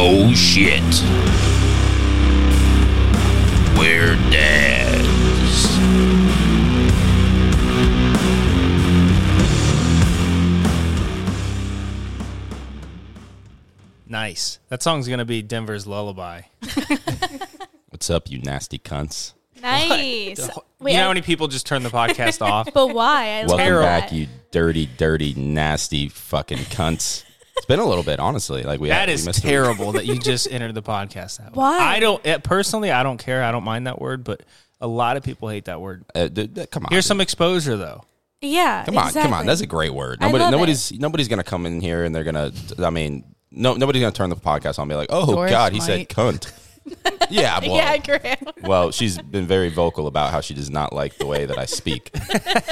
Oh shit. We're dads. Nice. That song's gonna be Denver's lullaby. What's up, you nasty cunts? Nice. Wait, you know how I- many people just turn the podcast off? but why? I love Welcome back, that. you dirty, dirty, nasty fucking cunts. It's been a little bit, honestly. Like we That we is missed a- terrible that you just entered the podcast that way. Why? I don't eh, personally. I don't care. I don't mind that word, but a lot of people hate that word. Uh, d- d- come on, Here's dude. some exposure though. Yeah. Come on, exactly. come on. That's a great word. I Nobody, love it. nobody's, nobody's gonna come in here and they're gonna. I mean, no, nobody's gonna turn the podcast on and be like, "Oh Doris God, he might. said cunt." yeah, well, yeah, Graham. well, she's been very vocal about how she does not like the way that I speak.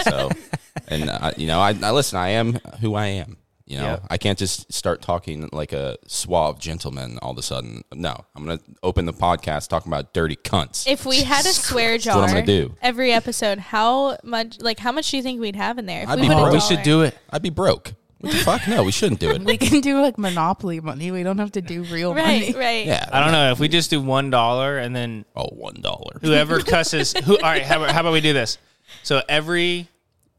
so, and uh, you know, I, I listen. I am who I am. You know, Yeah. I can't just start talking like a suave gentleman all of a sudden. No, I'm gonna open the podcast talking about dirty cunts. If we had a swear jar what I'm gonna do. every episode, how much like how much do you think we'd have in there? If I'd be we put a broke. Oh, We should dollar? do it. I'd be broke. What the fuck? No, we shouldn't do it. We can do like Monopoly money. We don't have to do real Right, money. right. Yeah, I don't know if we just do one dollar and then Oh, one dollar. whoever cusses who all right how about, how about we do this so every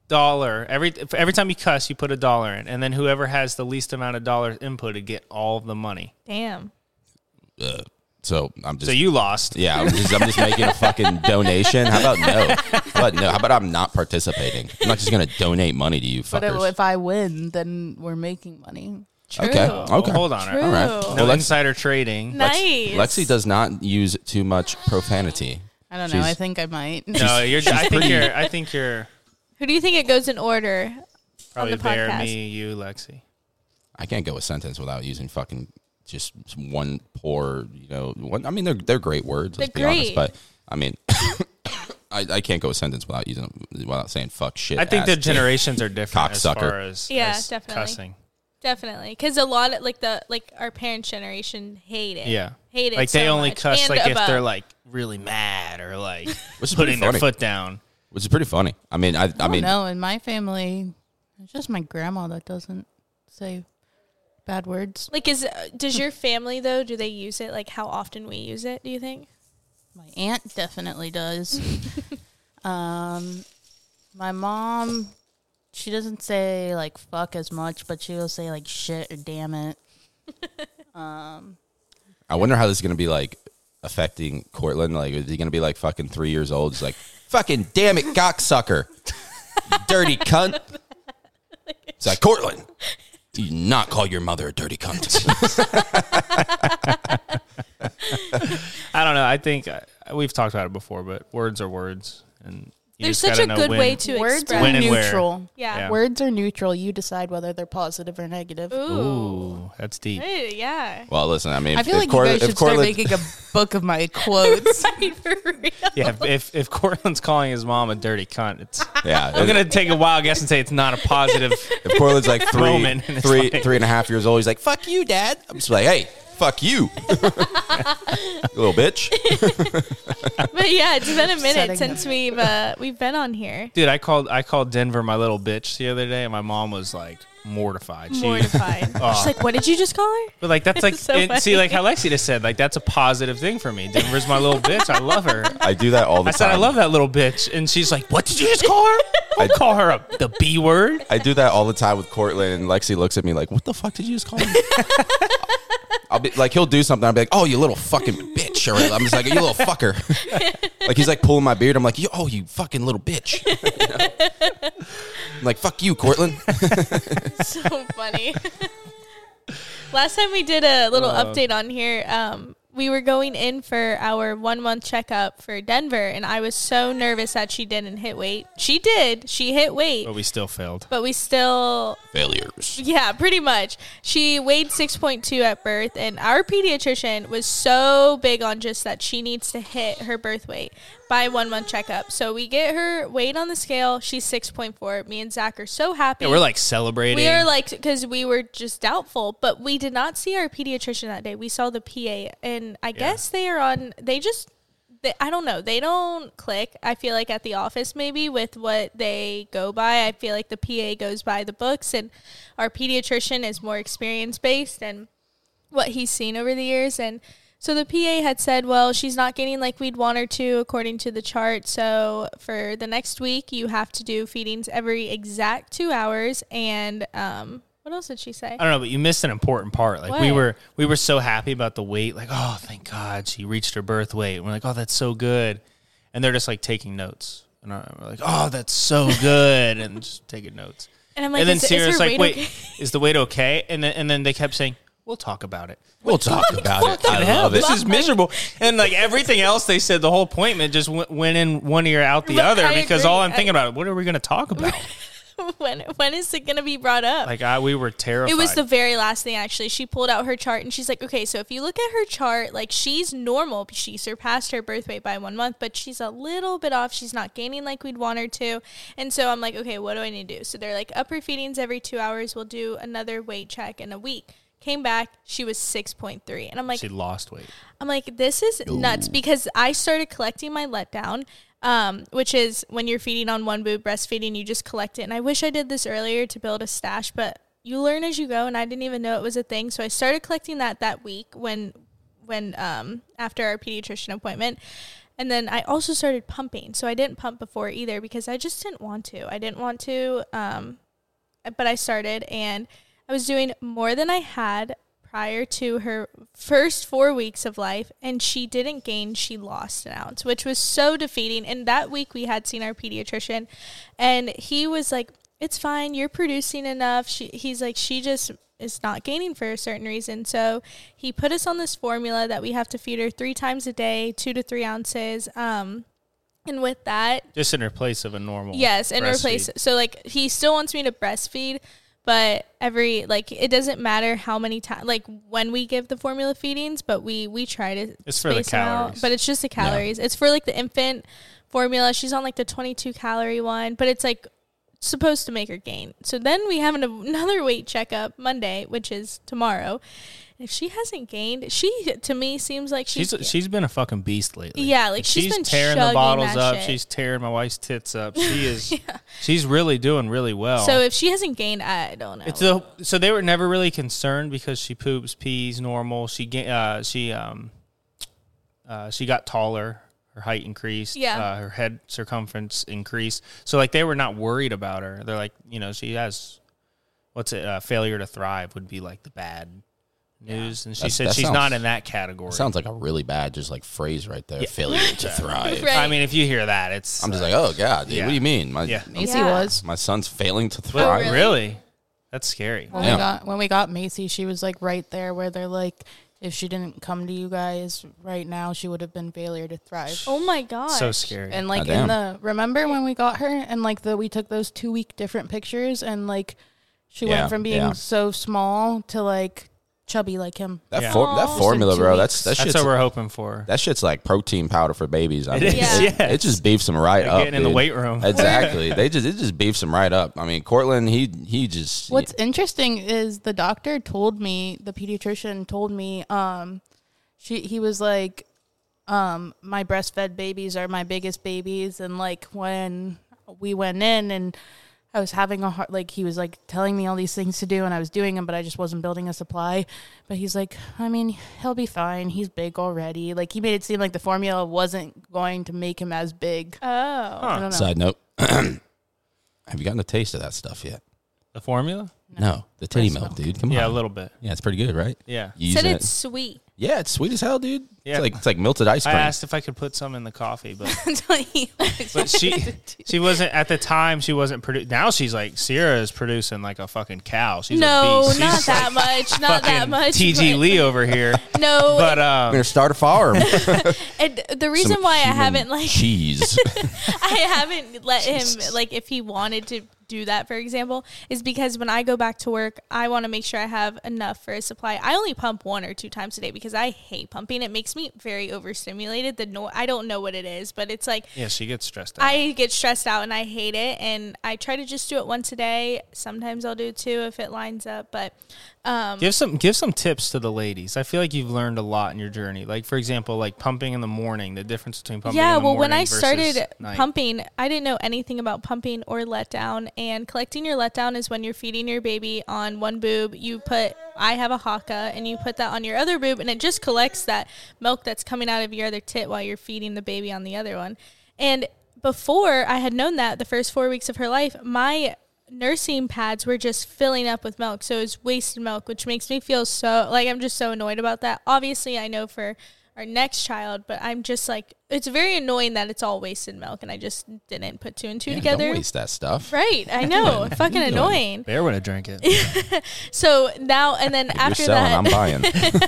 dollar every every time you cuss you put a dollar in and then whoever has the least amount of dollars input to get all of the money Damn. Uh, so I'm just so you lost yeah. I'm just, I'm just making a fucking donation. How about no? How about no? How about I'm not participating? I'm not just gonna donate money to you But fuckers. if I win, then we're making money. okay, True. okay. hold on True. All right. No no Well, Lex- insider trading Nice. Lexi does not use too much profanity. I don't know. She's- I think I might. no you're i think you're i think you're Who do you think it goes in order? probably the there podcast. me you lexi I can't go a sentence without using fucking just one poor. You know, one, I mean they're they're great words. Let's be They're great. honest, but I mean. I, I can't go a sentence without using without saying fuck shit. i think ass, the dick. generations are different as Cocksucker. far as Yeah, as definitely. cussing Definitely, because a lot of like the like our parents' generation hate it. yeah hate it. like they so only much. cuss And like if above. they're like really mad or like Which is pretty putting their funny. foot down which is pretty funny. I mean, I, I I mean, Oh, no, in my family, it's just my grandma that doesn't say bad words. like is does your family though? Do they use it like how often we use it? Do you think? My aunt definitely does. um, my mom, she doesn't say like fuck as much, but she will say like shit or damn it. I wonder how this is gonna be like affecting Cortland. Like, is he gonna be like fucking three years old? He's like, fucking damn it, cocksucker, dirty cunt. It's like Cortland. Do you not call your mother a dirty cunt. I don't know. I think uh, we've talked about it before, but words are words, and you There's just such gotta a know good when. way to Words express. When are and where. neutral. yeah. Words are neutral. You decide whether they're positive or negative. Ooh. Ooh, that's deep. Hey, yeah. well, listen, I mean, if, I feel if like Cortland- you if guys should start Cortland- making a book of my quotes. Right, for real. Yeah, if- if if Cortland's calling his mom a dirty cunt, it's yeah, I'm gonna take a wild guess and say it's not a positive. if Cortland's like three, Roman, and it's three, like- three and a half years old, he's like, fuck you, dad. I'm just like, hey, fuck you, little bitch. But yeah, it's been a Setting minute up. since we've uh, we've been on here. Dude, I called I called Denver my little bitch the other day, and my mom was like mortified. She, Mortified. She's like, "What did you just call her?" but like that's like So and see funny. like how Lexi just said like that's a positive thing for me. Denver's my little bitch. I love her. I do that all the I said time. I love that little bitch, and she's like, "What did you just call her? I call her a, the B word." I do that all the time with Cortland, and Lexi looks at me like, "What the fuck did you just call me?" I'll be like, he'll do something. I'll be like, "Oh, you little fucking bitch!" Or I'm just like, "You little fucker." like he's like pulling my beard. I'm like, "You, oh, you fucking little bitch." You know? I'm like, "Fuck you, Cortland." so funny. Last time we did a little update on here, um, we were going in for our one month checkup for Denver, and I was so nervous that she didn't hit weight. She did. She hit weight, But we still failed. but we still, Failures. yeah, pretty much. She weighed 6.2 at birth, and our pediatrician was so big on just that she needs to hit her birth weight by one month checkup. So we get her weight on the scale. She's 6.4. Me and Zach are so happy. Yeah, we're like celebrating. We are like because we were just doubtful, but we did not see our pediatrician that day. We saw the PA, and I guess they are on. They just, they, I don't know. They don't click. I feel like at the office maybe with what they go by. I feel like the PA goes by the books, and our pediatrician is more experience based and what he's seen over the years. And so the PA had said, well, she's not getting like we'd want her to according to the chart. So for the next week, you have to do feedings every exact two hours. And um, what else did she say? I don't know, but you missed an important part. Like we What? were we were so happy about the weight, like, oh thank God she reached her birth weight. We're like, oh that's so good. And they're just like taking notes. And I- we're like, oh that's so good and just taking notes. And I'm like, and then is, is Sierra's her like, weight wait, okay? is the weight okay? And then and then they kept saying, We'll talk about it. We'll talk about it. I Hell, love it. This is miserable. And like everything else they said, the whole appointment just went, went in one ear out the Right, other I because agree. all I'm I- thinking about, what are we going to talk about? when, when is it going to be brought up? Like I, we were terrified. It was the very last thing actually. She pulled out her chart and she's like, "Okay, so if you look at her chart, like she's normal. She surpassed her birth weight by 1 month, but she's a little bit off. She's not gaining like we'd want her to." And so I'm like, "Okay, what do I need to do?" So they're like, "Upper feedings every 2 hours. We'll do another weight check in a week." Came back, she was 6.3. And I'm like, she lost weight. I'm like, this is nuts because I started collecting my letdown, um, which is when you're feeding on one boob, breastfeeding, you just collect it. And I wish I did this earlier to build a stash, but you learn as you go. And I didn't even know it was a thing. So I started collecting that that week when, when um, after our pediatrician appointment. And then I also started pumping. So I didn't pump before either because I just didn't want to. I didn't want to. Um, but I started and I was doing more than I had prior to her first four weeks of life, and she didn't gain, she lost an ounce, which was so defeating. And that week we had seen our pediatrician, and he was like, It's fine, you're producing enough. She, he's like, She just is not gaining for a certain reason. So he put us on this formula that we have to feed her three times a day, two to three ounces. Um, and with that, Just in her place of a normal. Yes, and replace. breastfeed. So like he still wants me to breastfeed, but every like it doesn't matter how many times like when we give the formula feedings, but we we try to It's for the space 'em out, calories. but it's just the calories. It's for like the infant formula. She's on like the 22 calorie one, but it's like supposed to make her gain. So then we have an, another weight checkup Monday, which is tomorrow. If she hasn't gained, she to me seems like she's, She's she's been a fucking beast lately. Yeah, like, she's she's been tearing the chugging bottles that up. shit. She's tearing my wife's tits up. She is. She's really doing really well. so if she hasn't gained, I don't know. It's the so they were never really concerned because she poops, pees normal. She ga- uh, she um uh, she got taller, her height increased, Yeah. uh, her head circumference increased. So like they were not worried about her. They're like, you know, she has what's it? Uh, failure to thrive would be like the bad news, and she That's- said that she's sounds- not in that category. Sounds like a really bad, just like phrase right there. Failure to thrive. Right. I mean, if you hear that, it's I'm just like, oh god, dude, Yeah. what do you mean? My Yeah. Macy Yeah. was. my son's failing to Well, thrive. really? really? That's scary. When Damn. we got when we got Macy, she was like right there where they're like, if she didn't come to you guys right now, she would have been failure to thrive. oh my god. so scary. And like Goddamn. in the remember when we got her and like the we took those two week different pictures and like she Yeah, went from being yeah. so small to like chubby like him. That Yeah. for, that Aw. formula, Just in two bro. That's weeks. that That's shit's what we're hoping for. that shit's like protein powder for babies. I It mean, is, it, yeah. it just beefs them right They're up. getting in the dude. weight room. Exactly. they just it just beefs them right up. I mean, Cortland, he he just What's interesting is the doctor told me, the pediatrician told me, um, she he was like, um, my breastfed babies are my biggest babies, and like when we went in and I was having a heart, like he was like telling me all these things to do, and I was doing them, but I just wasn't building a supply. But he's like, I mean, he'll be fine. He's big already. Like he made it seem like the formula wasn't going to make him as big. Oh. I don't know. side note. Have you gotten a taste of that stuff yet? the formula? No, the titty Breast milk, milk. dude. Come Yeah, a on. little bit. yeah, it's pretty good, right? Yeah. You Said using it's it? sweet. Yeah, it's sweet as hell, dude. Yeah. It's like it's like melted ice I cream. asked if I could put some in the coffee, but but but she she wasn't at the time. She wasn't producing. Now she's like Sierra is producing like a fucking cow. She's a no, beast. not She's that much. Not that fucking much. TG but- Lee over here, No, but I'm um, gonna start a farm. and the reason Some why I human haven't like cheese. I haven't let him like if he wanted to do that for example is because when I go back to work I want to make sure I have enough for a supply. I only pump one or two times a day because I hate pumping. It makes me very overstimulated. The no I don't know what it is, but it's like yeah, she gets stressed out. I get stressed out and I hate it. And I try to just do it once a day. Sometimes I'll do two if it lines up. But um, give some give some tips to the ladies. I feel like you've learned a lot in your journey. Like for example, like pumping in the morning. The difference between pumping. in yeah, the well, when morning I versus started night. pumping, I didn't know anything about pumping or letdown. And collecting your letdown is when you're feeding your baby on one boob. You put, I have a haka, and you put that on your other boob, and it just collects that milk that's coming out of your other tit while you're feeding the baby on the other one. And before I had known that the first four weeks of her life, my nursing pads were just filling up with milk. So it was wasted milk, which makes me feel so like I'm just so annoyed about that. Obviously, I know for our next child, but I'm just like, it's very annoying that it's all wasted milk and I just didn't put two and two Yeah, together. Don't waste that stuff. Right, I know. fucking annoying. Bear would have drank it. So now and then You're after selling. that, I'm buying.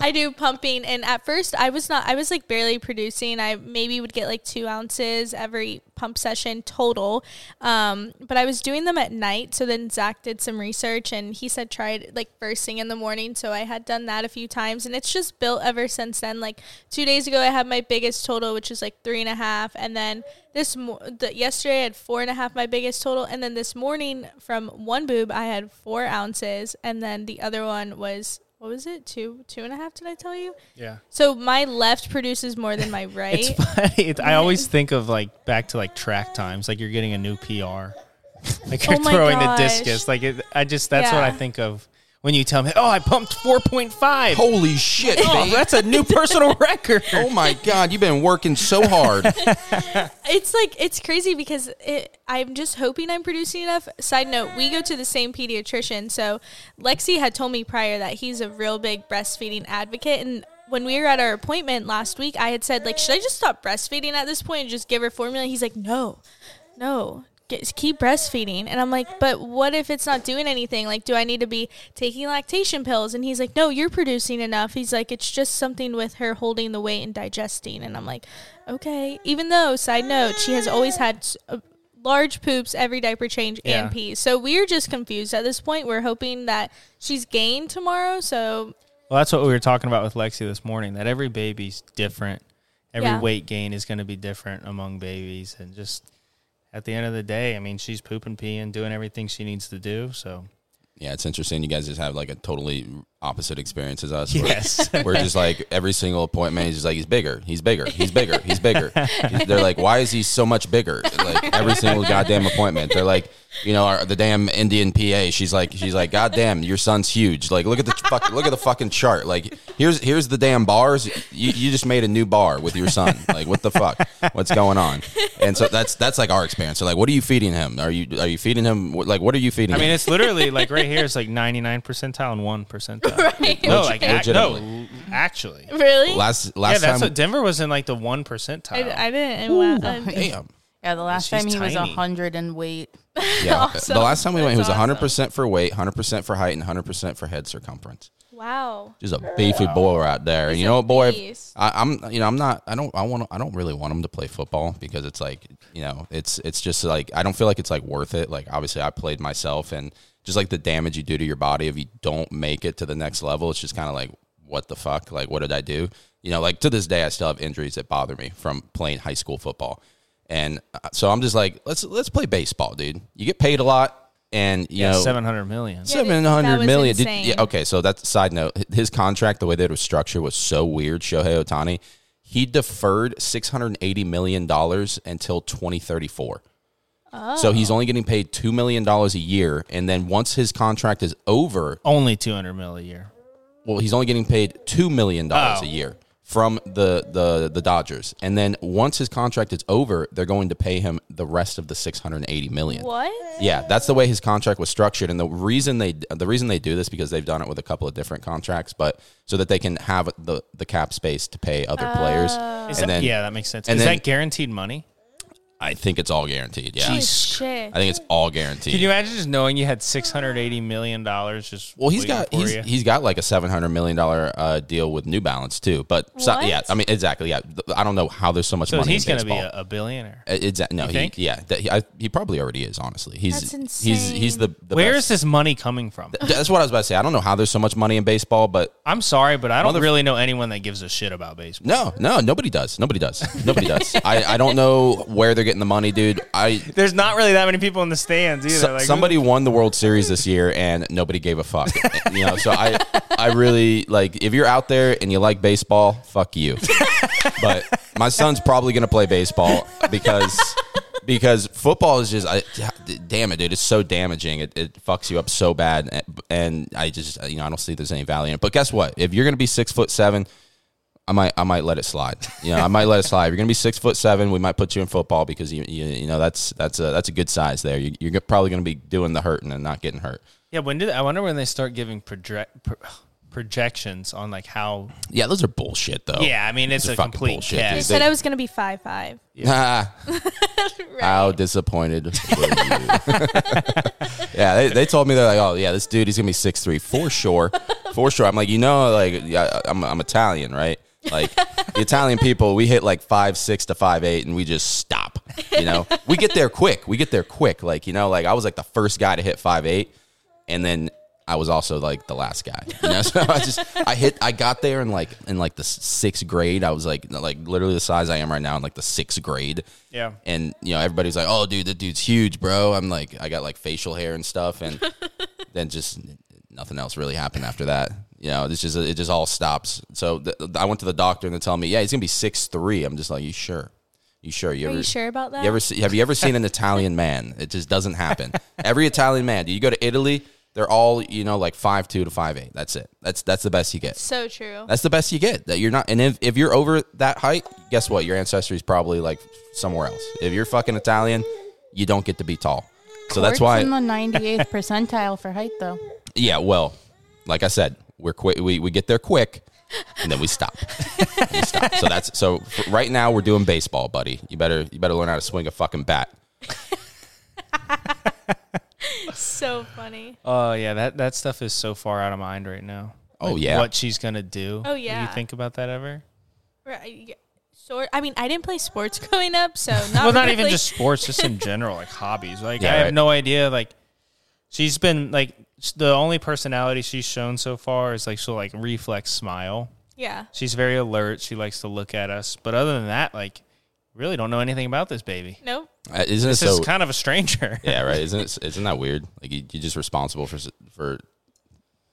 I do pumping, and at first I was not. I was like barely producing. I maybe would get like two ounces every pump session total, um, but I was doing them at night. So then Zach did some research, and he said try it like first thing in the morning. So I had done that a few times, and it's just built ever since then. Like two days ago, I had my biggest total, which is like three and a half, and then this mo- the, yesterday I had four and a half, my biggest total, and then this morning from one boob I had four ounces, and then the other one was what was it? Two, two and a half? Did I tell you? Yeah. So my left produces more than my It's right. funny. It's, I always think of like back to like track times, like you're getting a new PR, like you're Oh my throwing gosh. the discus. Like it, I just that's what Yeah. I think of when you tell me, "Oh, I pumped 4.5." Oh, Holy shit, babe. that's a new personal record. Oh my god, you've been working so hard. It's like it's crazy because it, I'm just hoping I'm producing enough. Side note: We go to the same pediatrician, so Lexi had told me prior that he's a real big breastfeeding advocate. And when we were at our appointment last week, I had said like, "Should I just stop breastfeeding at this point and just give her formula?" He's like, "No, no." Get, keep breastfeeding and i'm like but what if it's not doing anything like do i need to be taking lactation pills and he's like no you're producing enough he's like it's just something with her holding the weight and digesting and i'm like okay even though side note she has always had s- uh, large poops every diaper change Yeah. and pee so we're just confused at this point we're hoping that she's gained tomorrow so Well, that's what we were talking about with Lexi this morning. That every baby's different. Every Yeah. weight gain is going to be different among babies, and just at the end of the day, I mean, she's pooping, peeing, doing everything she needs to do. So Yeah, it's interesting. You guys just have like a totally opposite experience as us. We're- yes, We're just like every single appointment is just like he's bigger, he's bigger, he's bigger, he's bigger. They're like, why is he so much bigger? Like every single goddamn appointment, they're like, you know, our, the damn Indian PA. She's like, she's like, goddamn, your son's huge. Like look at the fuck, look at the fucking chart. Like here's here's the damn bars. You, you just made a new bar with your son. Like what the fuck? What's going on? And so that's that's like our experience. So like, what are you feeding him? Are you are you feeding him? Like what are you feeding? I mean, him? it's literally like right here. It's like ninety nine percentile and one percentile. No, like ac- no, Legitimately. l- actually. really last Yeah, last that's time. what Denver was in like the one percentile. I, I didn't wow. Um, I- damn. Yeah, the last She's time he was a tiny. hundred in weight. Yeah. Awesome. The last time we went, he was That's awesome. 100% for weight, 100% for height, and 100% for head circumference. wow Just a beefy boy right there. And you know what, boy? beast. I, I'm, you know, I'm not, I don't, I want, I don't really want him to play football because it's like, you know, it's, it's just like, I don't feel like it's like worth it. Like, obviously, I played myself and just like the damage you do to your body if you don't make it to the next level, it's just kind of like, what the fuck? Like, what did I do? You know, like to this day, I still have injuries that bother me from playing high school football. And uh, so I'm just like, let's, let's play baseball, dude. You get paid a lot. And you yeah, know, seven hundred million. Yeah, Seven that hundred was million. Did- insane. yeah, okay, so that's a side note. His contract, the way that it was structured, was so weird. Shohei Otani, he deferred six hundred eighty million dollars until twenty thirty four. So he's only getting paid two million dollars a year, and then once his contract is over, Only two hundred mil a year. well, he's only getting paid two million dollars Oh. a year from the, the the Dodgers, and then once his contract is over, they're going to pay him the rest of the six hundred eighty million. what Yeah, that's the way his contract was structured, and the reason they the reason they do this because they've done it with a couple of different contracts, but so that they can have the the cap space to pay other players, Oh. Is and that- then yeah, that makes sense. and Is then- that guaranteed money? I think it's all guaranteed. Yeah, Holy shit I think it's all guaranteed. Can you imagine just knowing you had six hundred eighty million dollars just well, he's waiting got for he's, you? he's got like a seven hundred million dollar uh, deal with New Balance too, but so, What? yeah, I mean exactly. Yeah, Th- I don't know how there's so much so money. he's going gonna to be a, a billionaire. Exactly. No, You he, think? yeah, that, he, I, he probably already is. Honestly, he's That's he's he's the, the Where is best. this money coming from? That's what I was about to say. I don't know how there's so much money in baseball, but I'm sorry, but I don't Motherf- really know anyone that gives a shit about baseball. No, no, nobody does. Nobody does. Nobody does. I, I don't know where they're getting the money, dude. I There's not really that many people in the stands either. so- like, who- somebody won the World Series this year and nobody gave a fuck. you know, so I I really like if you're out there and you like baseball, fuck you. but my son's probably gonna play baseball because because football is just, I, d- damn it, dude, it's so damaging. It, it fucks you up so bad, and, and I just, you know, I don't see there's any value in it. But guess what? If you're gonna be six foot seven, I might, I might let it slide. You know, I might let it slide. If you're gonna be six foot seven, we might put you in football because you, you, you know, that's that's a that's a good size there. You, you're probably gonna be doing the hurting and not getting hurt. Yeah, when did I wonder when they start giving project pro, projections on like how? Yeah, those are bullshit though. Yeah, I mean it's Those are a Oh, fucking complete bullshit, They guess. dude. said I was gonna be five five. Ah, How disappointed were you? yeah, they, they told me they're like, oh yeah, this dude he's gonna be six three for sure, for sure. I'm like, you know, like yeah, I'm I'm Italian, right? Like the Italian people, we hit like five six to five eight, and we just stop. You know, we get there quick. We get there quick. Like you know, like I was like the first guy to hit five eight, and then. I was also like the last guy, you know. So I just I hit I got there in like in like the s- sixth grade. I was like like literally the size I am right now in like the sixth grade, Yeah. and you know, everybody's like, "Oh, dude, that dude's huge, bro." I'm like, I got like facial hair and stuff, and then just nothing else really happened after that. You know, this just it just all stops. So th- I went to the doctor and they tell me, "Yeah, he's gonna be six three. I'm just like, "You sure? You sure? You Are ever you sure about that? you ever see, have you ever seen an Italian man? It just doesn't happen. Every Italian man, do you go to Italy? They're all you know like five two to five eight. That's it. That's that's the best you get. so true. That's the best you get. That you're not, and if, if you're over that height, guess what? Your ancestry's probably like somewhere else. If you're fucking Italian, you don't get to be tall. So that's Quartz in why, the 98th percentile for height, though. yeah. Well, like I said, we're quick. We, we get there quick, and then we stop. we stop. So that's so. For right now, we're doing baseball, buddy. You better you better learn how to swing a fucking bat. so funny. Oh yeah, that that stuff is so far out of mind right now. Oh, Like, yeah. what she's gonna do? Oh, Do yeah. you think about that ever? Right. yeah. Sort. I mean, I didn't play sports growing up, so not. well, not even really- just sports, just in general, like hobbies. Like Yeah, I have right. no idea. Like she's been like s- the only personality she's shown so far is like she'll like reflex smile. Yeah. She's very alert. She likes to look at us, but other than that, like really don't know anything about this baby. Nope. Uh, Isn't This it so? is kind of a stranger. yeah, right. Isn't it, isn't that weird? Like you, you're just responsible for s- for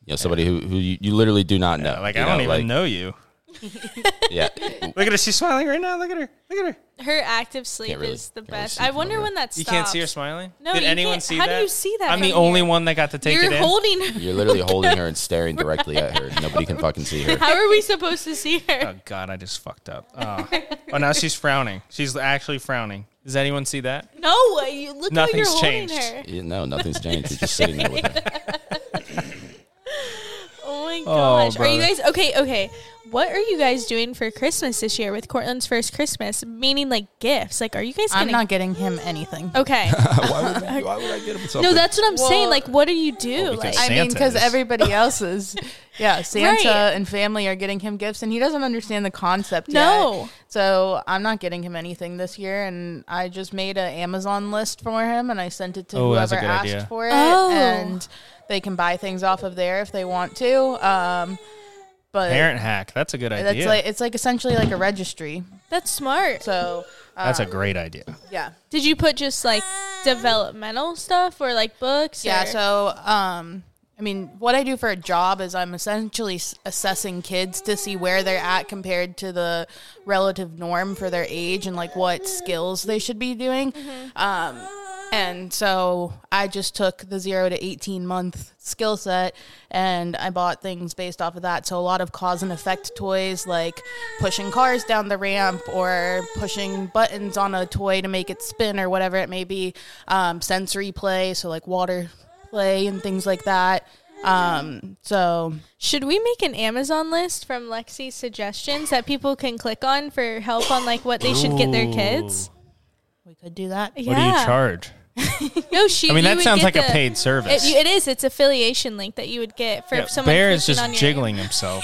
you know somebody who who you, you literally do not know. like you I know, don't even like- know you. Yeah, Look at her. She's smiling right now. Look at her. Look at her. Her active sleep really- is the can't really best. see I from wonder over when that stops. You can't see her smiling. No, Did you anyone can't- see how that? do you see that I'm the from only here? one that got to take it You're in. holding her. You're literally holding her and staring directly at her. Nobody can fucking see her. How are we supposed to see her? Oh God, I just fucked up. Oh. oh, now she's frowning. She's actually frowning. Does anyone see that? No, you look how you're Nothing's holding changed. her. Yeah, no, nothing's changed. You're just sitting there with her. Oh my gosh. are you brother. guys okay, okay. What are you guys doing for Christmas this year with Cortland's first Christmas? Meaning like gifts. Like are you guys I'm gonna not getting him anything. Okay. why, would, why would I get him something? no, that's what I'm saying. Well- Like what do you do? like because I mean, Santa because is- everybody else is, yeah, Santa Right. and family are getting him gifts, and he doesn't understand the concept No. yet. So I'm not getting him anything this year, and I just made an Amazon list for him, and I sent it to Oh, that's whoever a good asked idea. for it, Oh. and they can buy things off of there if they want to. Um, but Parent hack. That's a good that's idea. like it's like essentially like a registry. that's smart. So uh, That's a great idea. yeah. Did you put just like developmental stuff or like books? Um, Yeah. or- So, um, I mean, what I do for a job is I'm essentially s- assessing kids to see where they're at compared to the relative norm for their age and like what skills they should be doing. Um, and so I just took the zero to 18 month skill set and I bought things based off of that. So, a lot of cause and effect toys like pushing cars down the ramp or pushing buttons on a toy to make it spin or whatever it may be. Um, sensory play, so like water play and things like that. Um, so Should we make an Amazon list from Lexi's suggestions that people can click on for help on like what they should get their kids? we could do that. Yeah. What do you charge? No, she. I mean, you that would sounds get like a the- paid service. It, you- it is. It's affiliation link that you would get for Yeah, someone. Bear is clicking just on your- jiggling himself.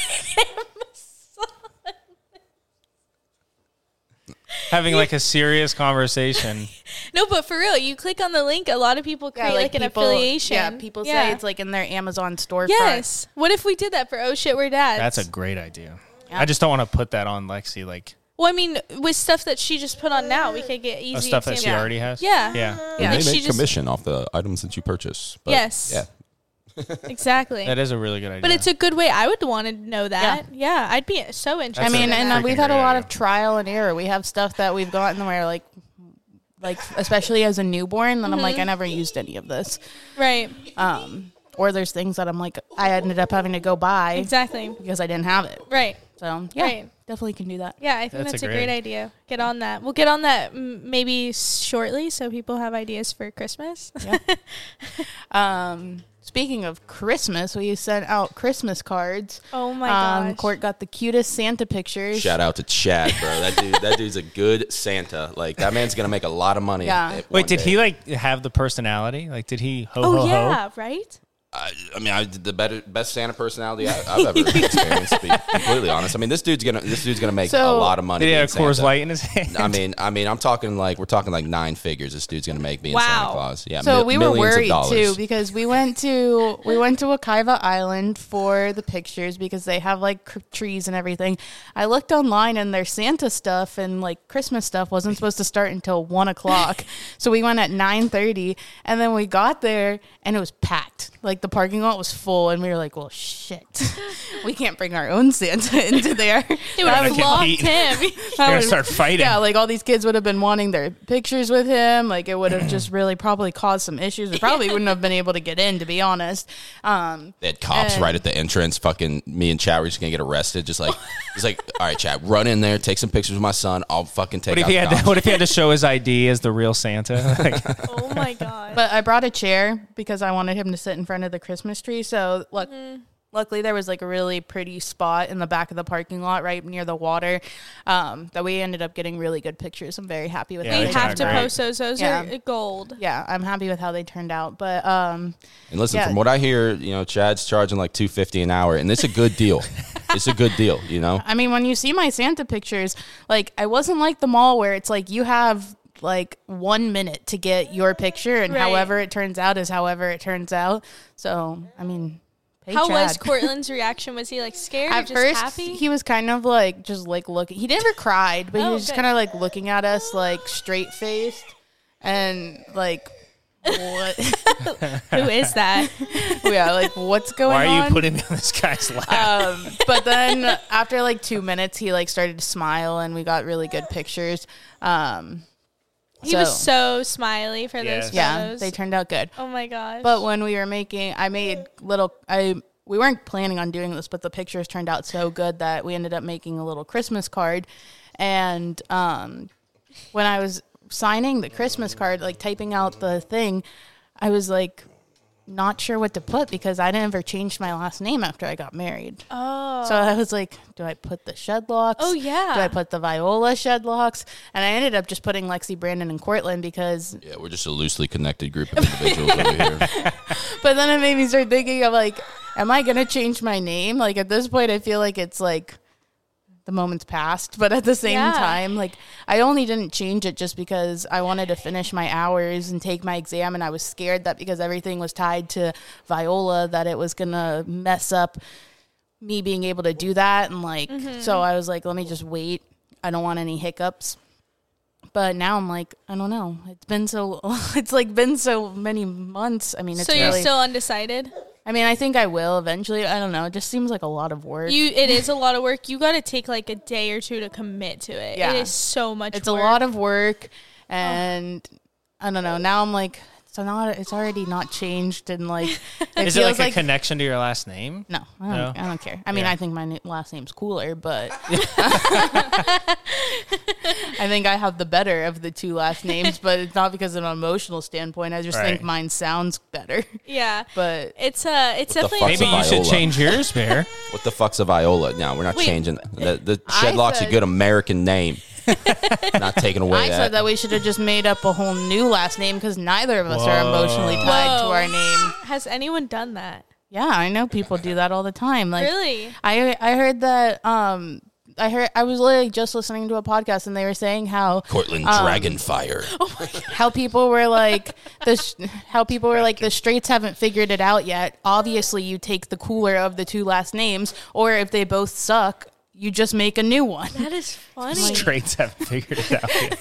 Having like a serious conversation. No, but for real, you click on the link. A lot of people create like, an affiliation. Yeah, people say it's like in their Amazon storefront. Yes. What if we did that for Oh Shit We're Dads? That's a great idea. I just don't want to put that on Lexi, like Well, I mean, with stuff that she just put on now, we could get easy uh, stuff that she examples. already has. Yeah. Yeah. Yeah. Like she just- off the items that you purchase. but Yes. Yeah. Exactly. That is a really good idea. but it's a good way. I would want to know that. Yeah, I'd be so interested. I mean, a in and that. uh, freaking we've had a great lot idea. of trial and error. We have stuff that we've gotten where like like especially as a newborn, then I'm Mm-hmm. like I never used any of this. Right. Um, or there's things that I'm like I ended up having to go buy Exactly. because I didn't have it. Right. So yeah, Right. definitely can do that. Yeah, I think That's a that's, a, great, great- idea. Get on that. We'll get on that m- maybe shortly so people have ideas for Christmas. Um, speaking of Christmas, we sent out Christmas cards. oh my um, gosh. Court got the cutest Santa pictures. Shout out to Chad, bro. That dude, that dude's a good Santa. Like that man's gonna make a lot of money. Yeah. at one Wait, did day. he like have the personality? Like, did he ho ho oh ho? yeah, right? I, I mean, I did the better, best Santa personality I, I've ever experienced. To be completely honest, I mean, this dude's gonna this dude's gonna make So- a lot of money. Did he being have a Coors Santa. Light in his hand? I mean, I mean, I'm talking like we're talking like nine figures. This dude's gonna make being Wow. Santa Claus. Yeah, So mil- we were millions of worried dollars. too because we went to we went to Wakaiva Island for the pictures because they have like c- trees and everything. I looked online and their Santa stuff and like Christmas stuff wasn't supposed to start until one o'clock. so we went at nine thirty, and then we got there and it was packed. Like the parking lot was full, and we were like, "Well, shit, we can't bring our own Santa into there." They would have Gotta flogged compete. him. They're gonna would- start fighting. Yeah, like all these kids would have been wanting their pictures with him. Like it would have just really probably caused some issues. We probably wouldn't have been able to get in, to be honest. Um, They had cops And- right at the entrance. Fucking me and Chad were just gonna get arrested. Just like, it's like, all right, Chad, run in there, take some pictures of my son. I'll fucking take. what if out he the had? To, cops. what if he had to show his ID as the real Santa? Like, oh my god. but I brought a chair because I wanted him to sit in front of the Christmas tree. So look. Luckily, there was like a really pretty spot in the back of the parking lot, right near the water, um, that we ended up getting really good pictures. I'm very happy with. Yeah, how we they that's have not turned to out. great. post those. Those Yeah. are gold. Yeah, I'm happy with how they turned out. But um, And listen, Yeah. from what I hear, you know, Chad's charging like two fifty an hour, and it's a good deal. it's a good deal, you know. I mean, when you see my Santa pictures, like I wasn't like the mall where it's like you have like one minute to get your picture, and Right. however it turns out is however it turns out. So, I mean, pay How Chad. was Cortland's reaction? Was he like scared or At just first, happy? he was kind of like just like looking. He never cried, but he Oh, was just good. kind of like looking at us like straight faced and like. what? Who is that? yeah, like what's going why on? are you putting me on this guy's lap? um, but then after like two minutes, he like started to smile, and we got really good pictures. Um, He was so smiley for Yes. those yeah, photos. they turned out good. oh my gosh. But when we were making, I made little. I we weren't planning on doing this, but the pictures turned out so good that we ended up making a little Christmas card. And um, when I was signing the Christmas card, like typing out the thing, I was like. Not sure what to put because I never changed my last name after I got married. oh. So I was like, do I put the Shedlocks? Oh, yeah. Do I put the Viola Shedlocks? And I ended up just putting Lexi Brandon and Cortland because. Yeah, we're just a loosely connected group of individuals over here. But then it made me start thinking of like, am I gonna change my name? Like at this point, I feel like it's like the moment's passed. But at the same Yeah. time, like I only didn't change it just because I wanted to finish my hours and take my exam, and I was scared that because everything was tied to Viola, that it was gonna mess up me being able to do that and like Mm-hmm. so I was like let me just wait. I don't want any hiccups. But now I'm like I don't know. It's been so it's like been so many months. I mean it's So you're really still undecided? I mean I think I will eventually. I don't know. It just seems like a lot of work. You it is a lot of work. You got to take like a day or two to commit to it. Yeah. It is so much it's work. Oh. a lot of work and I don't know. Now I'm like it's not it's already not changed and like it Is it feels like, a connection to your last name? no, I don't, No? I don't care. I mean, Yeah. I think my n- last name's cooler, but I think I have the better of the two last names. But it's not because of an emotional standpoint. I just think Right. mine sounds better. Yeah. But It's uh it's What the definitely fuck's Maybe a you should Viola. change yours, Bear. what the fuck's a Viola? No, we're not Wait. changing that. The, the I Shedlock's said- a good American name. not taking away I that. said that we should have just made up a whole new last name because neither of us are emotionally tied to Whoa. our name. Has anyone done that? Yeah, I know people do that all the time. Like Really? I I heard that um I heard I was literally just listening to a podcast and they were saying how Portland Um, Dragonfire. oh. how people were like the sh- how people were like the straights haven't figured it out yet. Obviously, you take the cooler of the two last names, or if they both suck, you just make a new one. That is funny. Straights haven't figured it out yet.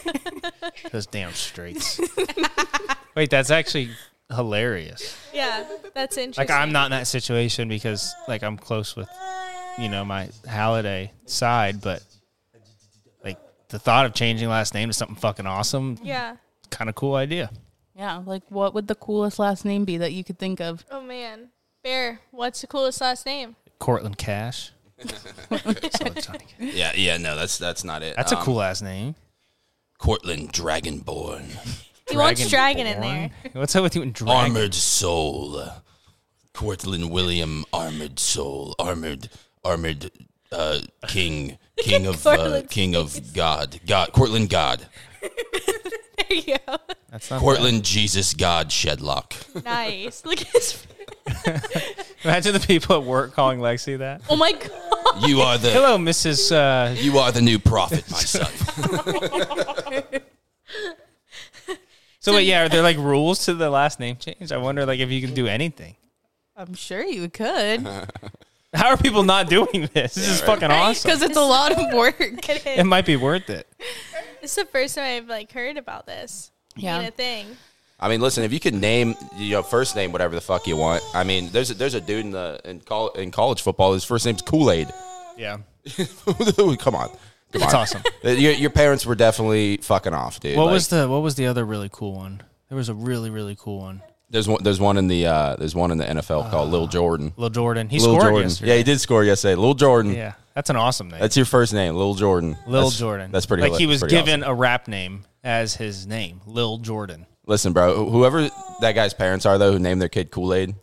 Those damn straights. Wait, that's actually hilarious. Yeah. That's interesting. Like I'm not in that situation because like I'm close with you know my Halliday side, but like the thought of changing last name to something fucking awesome yeah. kind of cool idea. Yeah, like what would the coolest last name be that you could think of? Oh man, Bear, what's the coolest last name? Cortland Cash. So Johnny Cash. Yeah, yeah, no, that's that's not it. That's a Um, cool ass name. Cortland Dragonborn, He wants dragon in there. Dragonborn? What's up with you and dragon? Armored Soul, Cortland William Armored Soul, Armored Armored uh, King, King of uh, Cortland's King of God, God, Cortland God, There you go. That's not Cortland Jesus God Shedlock. Nice. Look at his. Imagine the people at work calling Lexi that. Oh my god. You are the Hello, Mrs. Uh, you are the new prophet, my son. so wait, yeah, are there like rules to the last name change? I wonder like if you can do anything. I'm sure you could How are people not doing this? This is fucking awesome. because it's a lot of work. It might be worth it. This is the first time I've like heard about this. Yeah. Being a thing. I mean, listen, if you could name your first name whatever the fuck you want, I mean, there's a, there's a dude in the in, col- in college football. His first name's Kool Aid. Yeah. Come on. Come That's on. awesome. Your, your parents were definitely fucking off, dude. What Like, was the what was the other really cool one? There was a really, really cool one. There's one. There's one in the. Uh, there's one in the NFL called Lil Jordan. Uh, Lil Jordan. He Lil scored Jordan. yesterday. Yeah, he did score yesterday. Lil Jordan. Yeah. That's an awesome name. That's your first name, Lil Jordan. Lil That's- Jordan. That's pretty. Like he hila- was pretty given awesome. a rap name as his name, Lil Jordan. Listen, bro. wh- Whoever that guy's parents are though, who named their kid Kool Aid,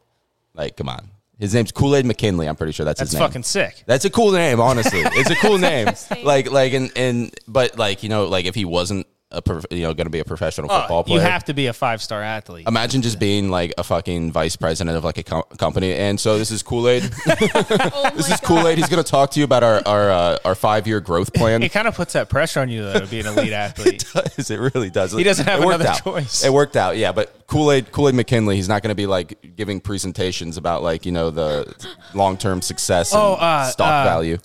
like, come on. His name's Kool Aid McKinley. I'm pretty sure that's, That's his name. fucking sick. That's a cool name, honestly. It's a cool name. name. Like, like, and and but like you know, like if he wasn't a prof- you know going to be a professional football Oh, you player, have to be a five star athlete. imagine just being like a fucking vice president of like a com- company. And so this is Kool Aid. Oh this my is Kool Aid. He's going to talk to you about our our uh, our five year growth plan. it kind of puts that pressure on you though to be an elite athlete. does. It really does. He doesn't have it worked another out. choice. It worked out, yeah. But Kool Aid, Kool Aid McKinley, he's not going to be like giving presentations about like you know the long term success and Oh, uh, stock uh, value.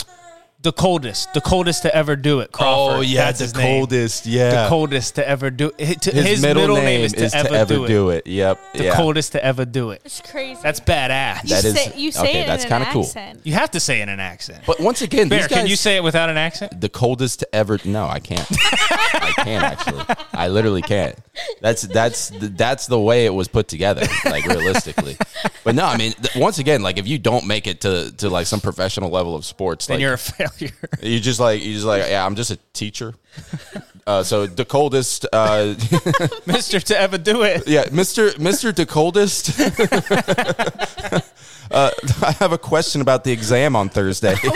The coldest, the coldest to ever do it. Crawford. Oh, That's his name. yeah. The coldest to ever do it. To- His, his, middle, name, is to ever, do, it. it. Yep. The yeah. coldest to ever do it. It's crazy. That's badass. you that is- say, you say okay, it that's in an kinda cool. accent. you have to say it in an accent. But once again, Bear, these can guys- you say it without an accent? the coldest to ever? No, I can't. I can't actually. I literally can't. That's that's the, that's the way it was put together, like realistically. But no, I mean, th- once again, like if you don't make it to to like some professional level of sports, Then like, you're a failure. You just like you just like yeah. I'm just a teacher. Uh, so the coldest, uh, Mister to ever do it. yeah, Mister Mister the coldest. uh, I have a question about the exam on Thursday.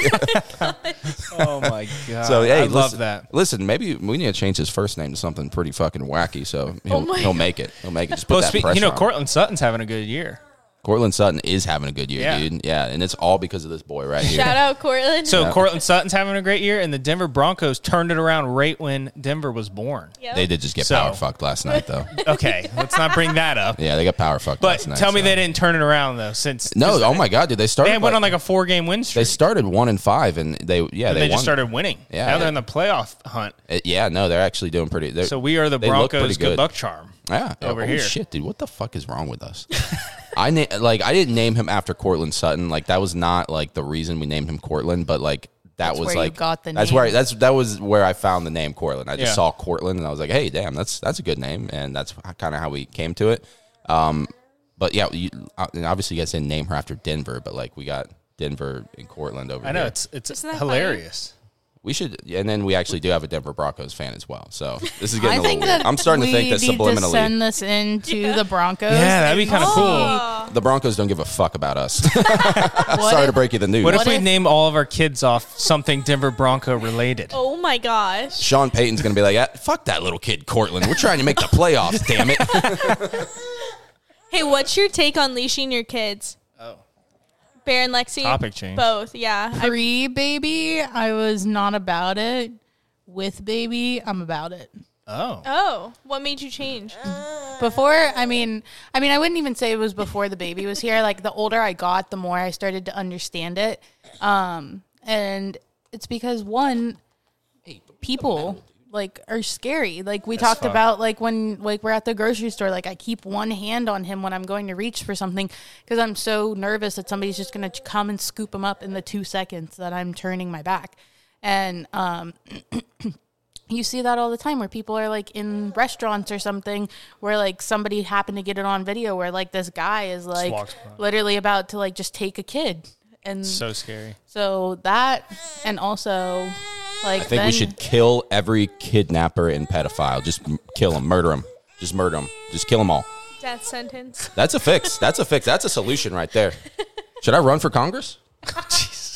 Oh my god. so hey, I listen, love that. Listen, maybe we need to change his first name to something pretty fucking wacky. So he'll, my he'll make it. He'll make it. Just put Oh Well, that spe- pressure. you know, on him. Cortland Sutton's having a good year. Cortland Sutton is having a good year, Yeah. dude. Yeah, and it's all because of this boy right here. Shout out Cortland. So Cortland Sutton's having a great year, and the Denver Broncos turned it around right when Denver was born. Yep. They did just get So- power fucked last night, though. Okay, let's not bring that up. Yeah, they got power fucked. But last night, tell me so. they didn't turn it around though, since No, oh my god, dude, they started. they went on like a four game win streak. They started one and five, and they yeah and they, they, won. just started winning. Yeah, now yeah. they're in the playoff hunt. Uh, yeah, no, they're actually doing pretty. they're- So we are the they look pretty Broncos' good luck charm. Yeah, over oh, here. Shit, dude, what the fuck is wrong with us? I na- like I didn't name him after Cortland Sutton. Like that was not like the reason we named him Cortland, but like that was where you like got the that's name. where that's that was where I found the name Cortland. I just Yeah. saw Cortland and I was like, hey, damn, that's that's a good name, and that's kind of how we came to it. Um, but yeah, you, uh, and obviously you guys didn't name her after Denver, but like we got Denver and Cortland over. I know here. it's it's Isn't that hilarious. We should, and then we actually do have a Denver Broncos fan as well. So this is getting a I little think weird. that I'm starting to we think that need to subliminally, send this into the Broncos. Yeah, that'd be and kinda see cool. Oh. the Broncos don't give a fuck about us. what Sorry to if- break you the news. What, if What we if- name all of our kids off something Denver Bronco related? Oh my gosh. Sean Payton's going to be like, "Ah, fuck that little kid, Cortland. We're trying to make the playoffs, damn it. Hey, what's your take on leashing your kids? Oh. Bear and Lexi. Topic change. Both, yeah. Pre baby, I was not about it. With baby, I'm about it. Oh, Oh, what made you change? Before, I mean, I mean, I wouldn't even say it was before the baby was here. Like the older I got, the more I started to understand it. Um, and it's because one, people like are scary. Like we talked fuck. about, like when like we're at the grocery store, like I keep one hand on him when I'm going to reach for something because I'm so nervous that somebody's just gonna come and scoop him up in the two seconds that I'm turning my back. And um, you see that all the time where people are like in restaurants or something where like somebody happened to get it on video where like this guy is like walks by. literally about to like just take a kid and so, So scary. that and also like I think then, we should kill every kidnapper and pedophile. Just m- kill them, murder them, just murder them, just kill them all. Death sentence. That's a fix. That's a fix. That's a solution right there. Should I run for Congress?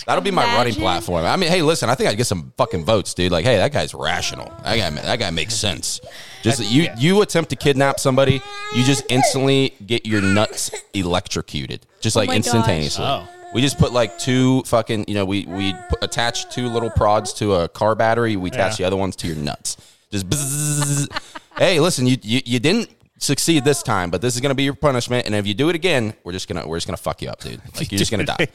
That'll be my running Imagine. platform. I mean, hey, listen, I think I'd get some fucking votes, dude. Like, hey, that guy's rational. That guy, that guy makes sense. Just you, you attempt to kidnap somebody, you just instantly get your nuts electrocuted, just like my gosh. instantaneously. Oh. We just put like two fucking, you know, we we put, attach two little prods to a car battery. We attach the Yeah. other ones to your nuts. Just bzzz. hey, listen, you, you you didn't succeed this time, but this is gonna be your punishment. And if you do it again, we're just gonna we're just gonna fuck you up, dude. Like you're just gonna die.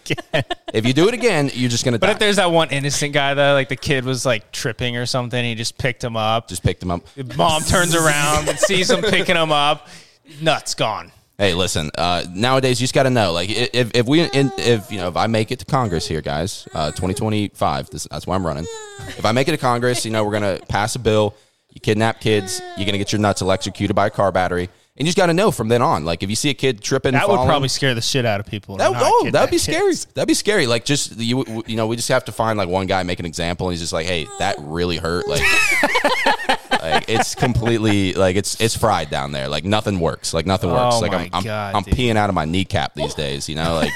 If you do it again, you're just gonna But die. if there's that one innocent guy though, like the kid was like tripping or something, he just picked him up. just picked him up. Mom turns around and sees him picking him up. Nuts gone. Hey, listen. Uh, nowadays, you just got to know. Like, i- if, if we in, if you know if I make it to Congress here, guys, uh, 2025. This, that's why I'm running. If I make it to Congress, you know we're gonna pass a bill. You kidnap kids. You're gonna get your nuts electrocuted by a car battery. And you just got to know from then on. Like, if you see a kid tripping, That would falling- probably scare the shit out of people. that Not oh, kid- that'd be kid. scary. That'd be scary. Like, just you you know, we just have to find like one guy make an example, and he's just like, hey, that really hurt. Like. like it's completely like it's it's fried down there. Like nothing works. Like nothing works. Oh Like my I'm I'm, God, I'm dude. peeing out of my kneecap these days. You know, like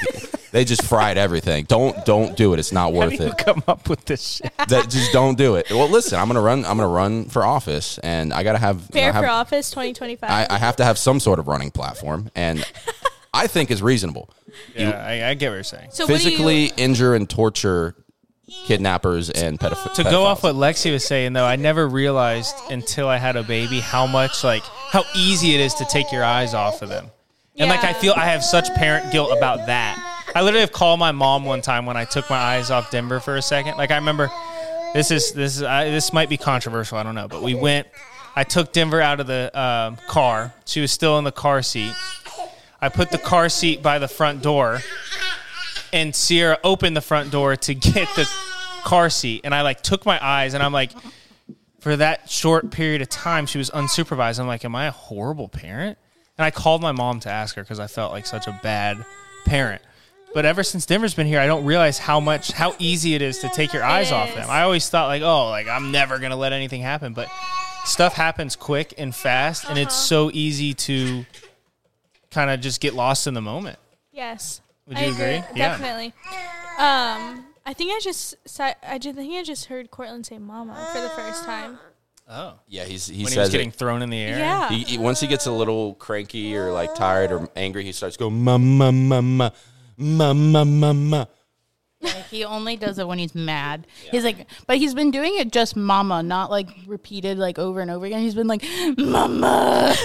they just fried everything. Don't don't do it. It's not How worth do you it. come up with this shit? That just don't do it. Well, listen, I'm gonna run. I'm gonna run for office, and I gotta have. you know, Fair have- for office 2025. I, I have to have some sort of running platform, and I think is reasonable. Yeah, I, I get what you're saying. so what do Physically you, injure and torture kidnappers and pedophiles. to go off what Lexi was saying though, I never realized until I had a baby how much like how easy it is to take your eyes off of them. And like I Yeah. feel I have such parent guilt about that. I literally have called my mom one time when I took my eyes off Denver for a second. Like I remember this is this is I, this might be controversial, I don't know, but we went I took Denver out of the um, car. She was still in the car seat. I put the car seat by the front door and Sierra opened the front door to get the car seat, and I like took my eyes, and I'm like, for that short period of time, she was unsupervised. I'm like, am I a horrible parent? And I called my mom to ask her because I felt like such a bad parent. But ever since Denver's been here, I don't realize how much how easy it is to take your eyes off is. them. I always thought like, oh, like I'm never gonna let anything happen, but stuff happens quick and fast, and it's Uh-huh. so easy to kind of just get lost in the moment. yes. Would I you agree? Yeah. Definitely. Um, I think I just sa- I just I think I just heard Cortland say "mama" for the first time. Oh, Yeah, he's he when he was says getting it. thrown in the air. Yeah. He, he- once he gets a little cranky or like tired or angry, he starts going ma ma ma ma ma ma ma ma. he only does it when he's mad he's like but he's been doing it just mama not like repeated like over and over again he's been like mama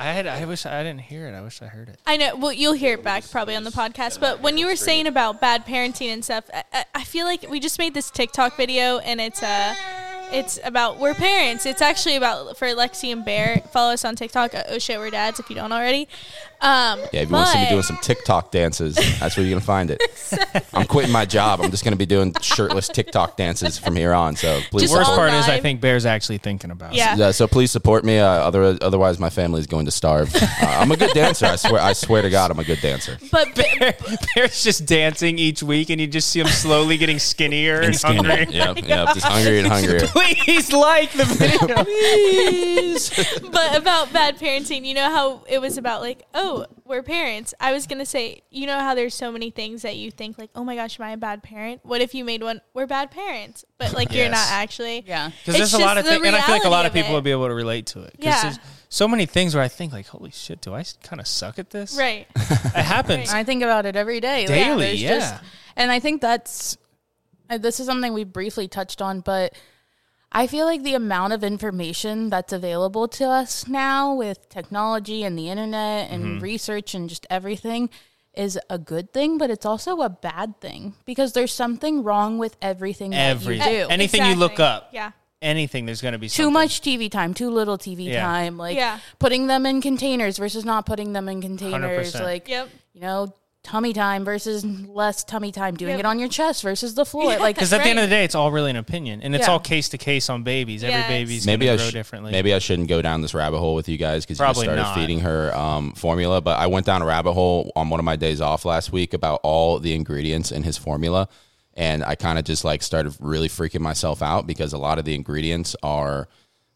I had. I wish I didn't hear it. I wish I heard it. I know. Well, you'll hear it back probably on the podcast. But when you were saying about bad parenting and stuff, I- I, I feel like we just made this TikTok video, and it's uh, it's about we're parents. It's actually about for Lexi and Bear. Follow us on TikTok. at Oh shit, we're dads. If you don't already. Um, Yeah, if you want to see me but- doing some TikTok dances, that's where you're gonna find it. I'm quitting my job. I'm just gonna be doing shirtless TikTok dances from here on. So please, Just Worst all support. part is I live. think Bear's actually thinking about. Yeah. Yeah, so please support me. Uh, other, otherwise, my family's going to starve. Uh, I'm a good dancer. I swear. I swear to God, I'm a good dancer. but it. Bear's just dancing each week, and you just see him slowly getting skinnier and, hungrier. Yeah, yeah, just hungry and hungrier. Please like the video. but about bad parenting, you know how it was about like, oh, we're parents. I was gonna say, you know how there's so many things that you think like, oh my gosh, am I a bad parent? What if you made one? We're bad parents, but like you're not Yes. actually. yeah Because there's It's a lot just of the things, and I feel like a lot of reality of people it. would be able to relate to it. 'Cause Yeah. there's so many things where I think like, holy shit, do I kind of suck at this? Right. It happens. I think about it every day. Like, Daily, there's yeah. and I think that's uh, this is something we briefly touched on, but I feel like the amount of information that's available to us now with technology and the internet and Mm-hmm. research and just everything is a good thing, but it's also a bad thing because there's something wrong with everything that Everything. you do. Any- Anything you look E-, Exactly. up. Yeah. Anything. There's going to be too something. much TV time, too little TV Yeah. time, like Yeah. putting them in containers versus not putting them in containers, 100%. like Yep. you know, tummy time versus less tummy time, doing it on your chest versus the floor. Like Because at the end of the day, it's all really an opinion, and it's Yeah. all case to case on babies. Every Yes. baby's maybe gonna I grow sh- differently. maybe I shouldn't go down this rabbit hole with you guys because you just Probably started not. feeding her um, formula. But I went down a rabbit hole on one of my days off last week about all the ingredients in his formula, and I kind of just like started really freaking myself out because a lot of the ingredients are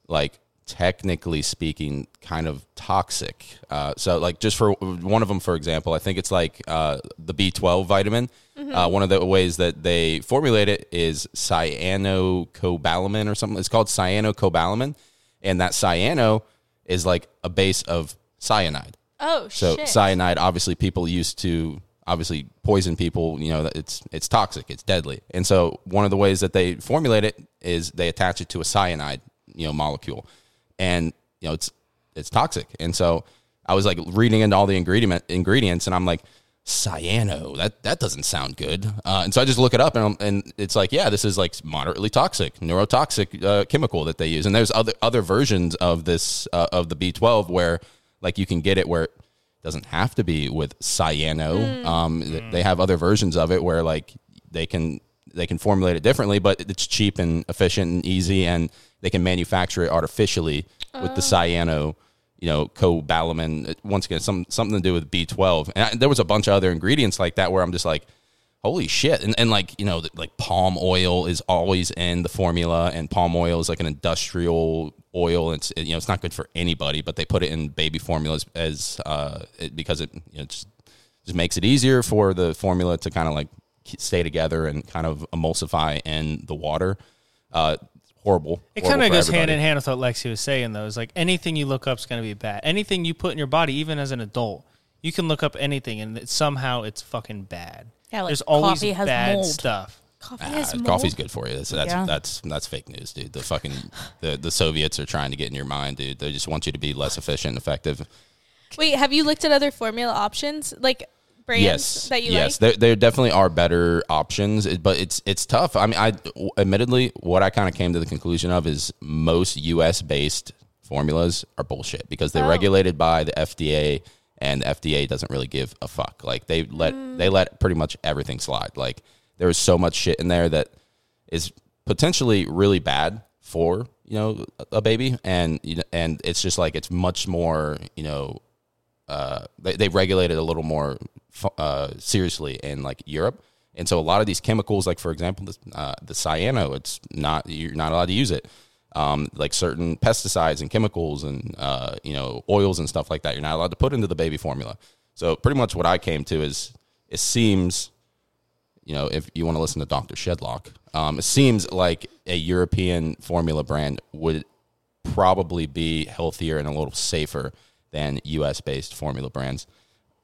like technically speaking kind of toxic. Uh, so like just for one of them, for example, I think it's like uh, the B12 vitamin. Mm-hmm. Uh, one of the ways that they formulate it is cyanocobalamin or something. It's called cyanocobalamin. And that cyano is like a base of cyanide. Oh So shit. cyanide, obviously, people used to obviously poison people. You know, that it's it's toxic, it's deadly, and so one of the ways that they formulate it is they attach it to a cyanide, you know, molecule, and you know it's it's toxic, and so I was like reading into all the ingredient ingredients, and I'm like. Cyano, that that doesn't sound good. Uh, and so I just look it up, and, I'm- and it's like, yeah, this is like moderately toxic, neurotoxic uh, chemical that they use. And there's other other versions of this uh, of the B12 where like you can get it where doesn't have to be with cyano. Um, th- They have other versions of it where like they can they can formulate it differently, but it's cheap and efficient and easy, and they can manufacture it artificially with the cyano. You know, cobalamin. It- Once again, some something to do with B twelve, and I, there was a bunch of other ingredients like that where I'm just like, holy shit! And and like you know, th- like palm oil is always in the formula, and palm oil is like an industrial oil. It's you know, it's not good for anybody, but they put it in baby formulas as uh, it, because it you know just just makes it easier for the formula to kind of like k- stay together and kind of emulsify in the water. Uh, horrible. It horrible kind of for goes hand everybody. in hand with what Lexi was saying, though. Is like anything you look up is going to be bad. Anything you put in your body, even as an adult, you can look up anything, and it, somehow it's fucking bad. Yeah, like There's always coffee has bad mold. stuff. coffee Ah, has mold. coffee's good for you. That's that's, Yeah. that's that's fake news, dude. The fucking the, the Soviets are trying to get in your mind, dude. They just want you to be less efficient and effective. Wait, have you looked at other formula options like brands yes, that you yes, like? there, there definitely are better options, it- but it's it's tough. I mean, I admittedly, what I kind of came to the conclusion of is most U.S. based formulas are bullshit because they're Oh. regulated by the FDA, and the FDA doesn't really give a fuck. Like they let Mm. they let pretty much everything slide. Like there is so much shit in there that is potentially really bad for you know a baby, and you know, and it's just like it's much more you know uh, they, they regulate it a little more fu- uh, seriously in like Europe. And so a lot of these chemicals, like for example, this, uh, the cyano, it's not you're not allowed to use it. Um, like certain pesticides and chemicals and uh, you know oils and stuff like that, you're not allowed to put into the baby formula. So pretty much what I came to is it seems you know, if you want to listen to Dr. Shedlock, um, it seems like a European formula brand would probably be healthier and a little safer than US based formula brands.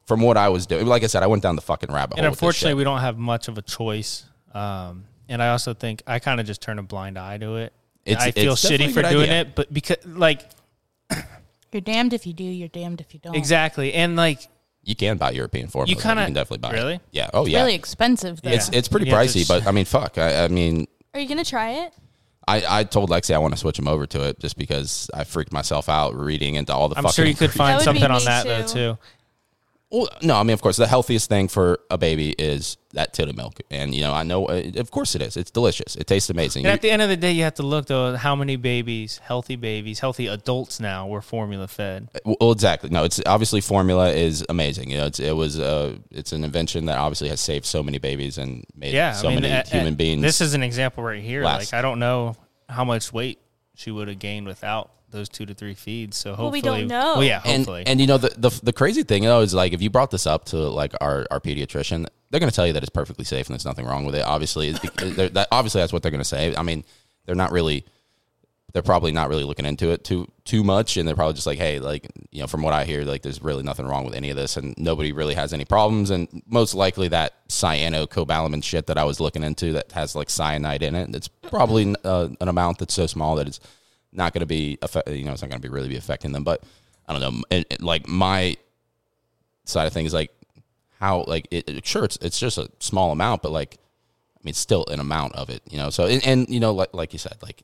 From what I was doing, like I said, I went down the fucking rabbit And hole. with this unfortunately, shit. we don't have much of a choice. Um, and I also think I kind of just turn a blind eye to it. It's- I feel it's shitty definitely for a good doing idea. it, but because like you're damned if you do, you're damned if you don't. exactly, and like you can buy European formula. You, kinda- can definitely buy it. really? Yeah. Oh, It's yeah. really expensive though. It's, it's pretty You have to pricey, s- but I mean, fuck. I, I mean, Are you gonna try it? I, I told Lexi I want to switch him over to it just because I freaked myself out reading into all the I'm fucking sure you could ingre- find That would be something on me that too. though too. Well, no, I mean, of course, the healthiest thing for a baby is that tittle milk, and you know, I know, uh, of course, it is. It's delicious. It tastes amazing. And You- at the end of the day, you have to look though at how many babies, healthy babies, healthy adults now were formula fed. well, exactly. No, it's obviously formula is amazing. You know, it's, it was uh, it's an invention that obviously has saved so many babies and made Yeah, so I mean, many a- a- human beings. This is an example right here. last. Like I don't know how much weight she would have gained without those two to three feeds. So hopefully, Well, we don't know. Well, yeah, and, hopefully. and you know the, the the crazy thing though is like if you brought this up to like our, our pediatrician, they're going to tell you that it's perfectly safe and there's nothing wrong with it. Obviously, it's bec- they're- that, obviously that's what they're going to say. I mean, they're not really they're probably not really looking into it too too much, and they're probably just like, hey, like you know, from what I hear, like there's really nothing wrong with any of this, and nobody really has any problems, and most likely that cyanocobalamin shit that I was looking into that has like cyanide in it, it's probably uh, an amount that's so small that it's not going to be affect, you know, it's not going to be really be affecting them, but I don't know, and, and, like my side of things, like how like it, it- sure it's it's just a small amount, but like I mean, it's still an amount of it, you know. So and, and you know, like like you said, like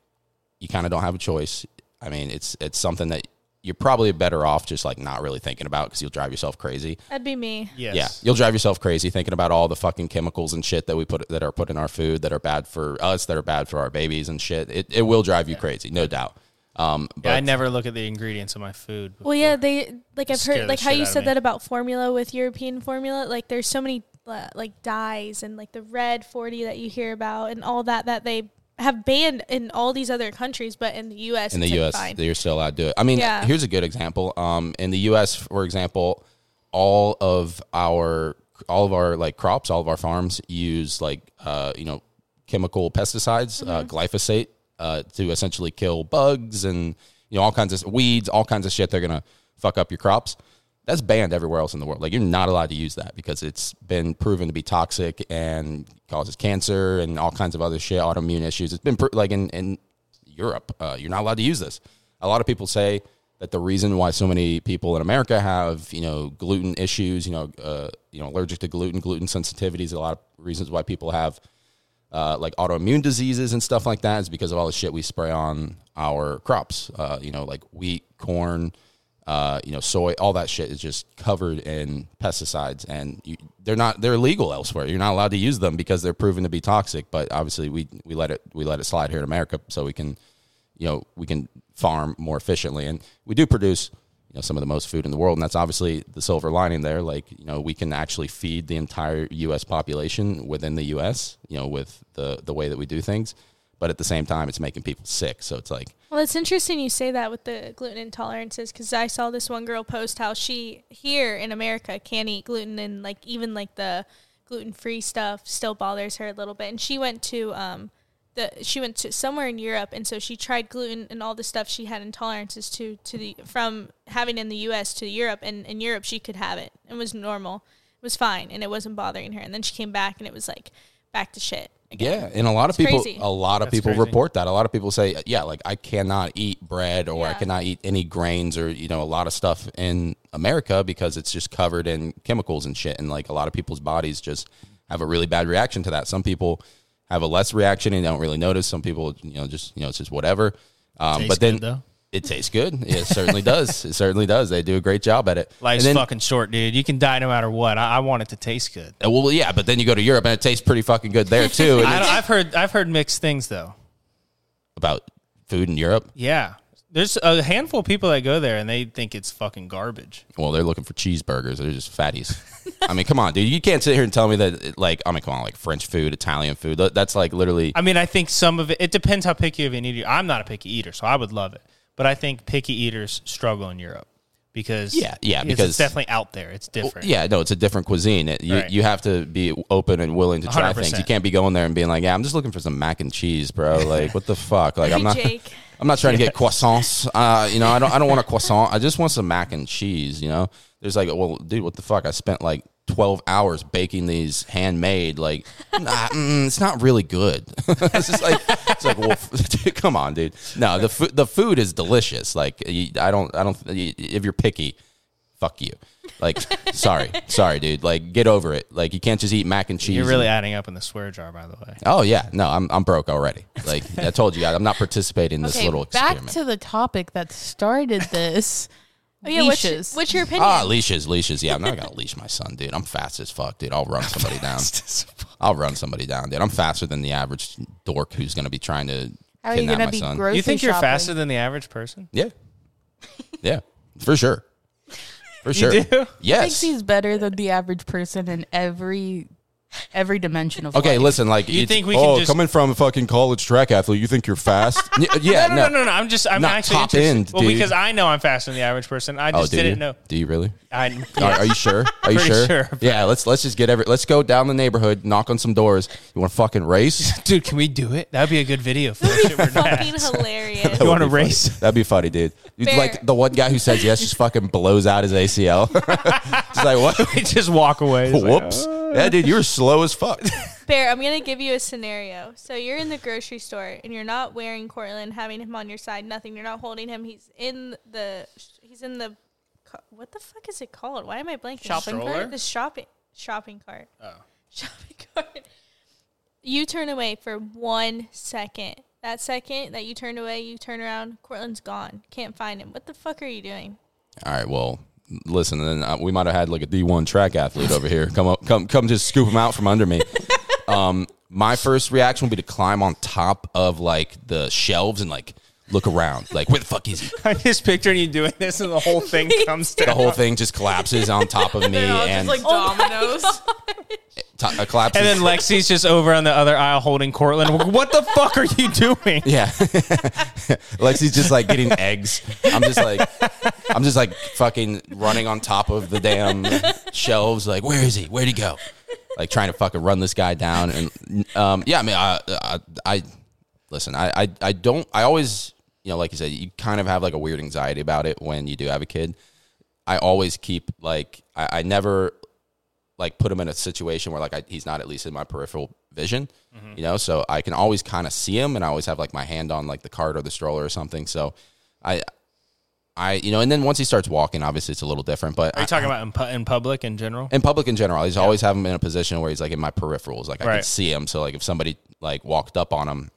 you kind of don't have a choice. I mean, it's it's something that you're probably better off just like not really thinking about because you'll drive yourself crazy. That'd be me. Yes. Yeah, you'll drive yourself crazy thinking about all the fucking chemicals and shit that we put that are put in our food that are bad for us, that are bad for our babies and shit. It it will drive you crazy, no doubt. Um, but I never look at the ingredients of my food. Well, yeah, they like I've Scare heard the like how shit you out of said me. that about formula with European formula. Like there's so many uh, like dyes and like the red forty that you hear about and all that that they have banned in all these other countries, but in the U.S. in the it's, like, U.S., fine. they're still allowed to do it. I mean, Yeah. here's a good example. Um, in the U.S., for example, all of our all of our like crops, all of our farms use like uh, you know chemical pesticides, uh, glyphosate, uh, to essentially kill bugs and you know all kinds of weeds, all kinds of shit. They're gonna fuck up your crops. That's banned everywhere else in the world. Like you're not allowed to use that because it's been proven to be toxic and causes cancer and all kinds of other shit, autoimmune issues. It's been pro- like in, in Europe. Uh, you're not allowed to use this. A lot of people say that the reason why so many people in America have you know gluten issues, you know, uh, you know, allergic to gluten, gluten sensitivities. A lot of reasons why people have uh, like autoimmune diseases and stuff like that is because of all the shit we spray on our crops. Uh, you know, like wheat, corn, uh, you know, soy, all that shit is just covered in pesticides, and you, they're not they're illegal elsewhere. You're not allowed to use them because they're proven to be toxic. But obviously, we we let it we let it slide here in America, so we can you know we can farm more efficiently and we do produce you know some of the most food in the world and that's obviously the silver lining there like you know we can actually feed the entire US population within the US you know with the the way that we do things but at the same time it's making people sick so it's like Well, it's interesting you say that with the gluten intolerances because I saw this one girl post how she here in America can't eat gluten and like even like the gluten free stuff still bothers her a little bit. And she went to um the she went to somewhere in Europe and so she tried gluten and all the stuff she had intolerances to to the from having in the U.S. to Europe and in Europe she could have it and was normal, it was fine and it wasn't bothering her. And then she came back and it was like back to shit. Yeah, and a lot of people, crazy. a lot of people crazy. report that. A lot of people say, "Yeah, like I cannot eat bread, or I Yeah. cannot eat any grains, or you know, a lot of stuff in America because it's just covered in chemicals and shit." And like a lot of people's bodies just have a really bad reaction to that. Some people have a less reaction and don't really notice. Some people, you know, just you know, it's just whatever. Um, Tastes but then good, though. it tastes good. It certainly does. It certainly does. They do a great job at it. Life's And then- fucking short, dude. You can die no matter what. I, I want it to taste good. uh, Well, yeah, but then you go to Europe and it tastes pretty fucking good there too. And I it's don't, I've heard I've heard mixed things though. about food in Europe. Yeah. There's a handful of people that go there and they think it's fucking garbage. Well, they're looking for cheeseburgers. They're just fatties. I mean, come on, dude. You can't sit here and tell me that, like, I mean, come on, like French food, Italian food. tha- That's like literally. I mean, I think some of it it depends how picky of an eater. I'm not a picky eater, so I would love it. But I think picky eaters struggle in Europe because Yeah, yeah, it's- because- it's definitely out there. It's different. Yeah, no, it's a different cuisine. It, you, Right. you have to be open and willing to try things. You 100%. can't be going there and being like, yeah, I'm just looking for some mac and cheese, bro. Like, what the fuck? Like, I'm Hey, not. Jake. I'm not trying to get croissants. Uh, you know, I don't. I don't want a croissant. I just want some mac and cheese. You know, there's like, well, dude, what the fuck? I spent like 12 hours baking these handmade. Like, nah, mm, it's not really good. it's just like, it's like, well, dude, come on, dude. No, the food. The food is delicious. Like, you, I don't. I don't. If you're picky, fuck you. Like, sorry, sorry, dude. Like, get over it. Like, you can't just eat mac and cheese. You're really and- adding up in the swear jar, by the way. Oh yeah, no, I'm I'm broke already. Like I told you guys, I'm not participating in this okay, little back experiment. to the topic that started this. Oh yeah, what's your, Leashes. what's your opinion? Ah, leashes, leashes. Yeah, I'm not gonna leash my son, dude. I'm fast as fuck, dude. I'll run somebody down. I'll run somebody down, dude. I'm faster than the average dork who's gonna be trying to How are you kidnap gonna my be son. grocery You think you're shopping? faster than the average person? yeah, yeah, for sure, for sure. do? thinks Yes. he's better than the average person in every every dimension of Okay, life. listen. Like You it's- think we can oh, just- coming from a fucking college track athlete, you think you're fast? Y- yeah, No, no, no, no, no. I'm just I'm Not actually top interested. end, well, dude. because I know I'm faster than the average person. I Oh, just do didn't you? know. Do you really? I Are, are you sure? Are you Pretty sure? sure. Yeah, let's let's just get every let's go down the neighborhood, knock on some doors. You want to fucking race? dude, can we do it? That'd be a good video for us. Shit, we're not- fucking hilarious. You want That'd be to funny. race? That'd be funny, dude. Dude, Fair. Like the one guy who says yes just fucking blows out his ACL. Just like what? just walk away. It's like, Whoops. Yeah, dude, you were slow as fuck. Bear, I'm gonna give you a scenario. So you're in the grocery store and you're not wearing Cortland, having him on your side, nothing. You're not holding him. He's in the. He's in the. ca- What the fuck is it called? Why am I blanking? Shopping Stroller? cart? The shopping shopping cart. Oh. Shopping cart. You turn away for one second. That second that you turned away, you turn around, Cortland's gone. Can't find him. What the fuck are you doing? All right, well, listen, then uh, we might have had like a D1 track athlete over here. Come up, come, come, just scoop him out from under me. Um, my first reaction would be to climb on top of like the shelves and like look around, like where the fuck is he? I'm just picturing you doing this, and the whole thing comes down. The whole thing just collapses on top of me They're all and just Oh, like dominoes. to- uh, collapses. And then Lexi's just over on the other aisle holding Cortland. What the fuck are you doing? Yeah. Lexi's just like getting eggs. I'm just like I'm just like fucking running on top of the damn shelves like where is he? Where'd he go? Like trying to fucking run this guy down and um yeah, I mean I I, I listen, I, I I don't I always you know like you said you kind of have like a weird anxiety about it when you do have a kid. I always keep like I, I never like put him in a situation where like I, he's not at least in my peripheral vision, you know. So I can always kind of see him, and I always have like my hand on like the cart or the stroller or something. So I, I you know, and then once he starts walking, obviously it's a little different. But Are I- you talking about in, pu- in public in general? in public in general, he's always have him in a position where he's like in my peripherals, like I can Right. see him. So like if somebody like walked up on him,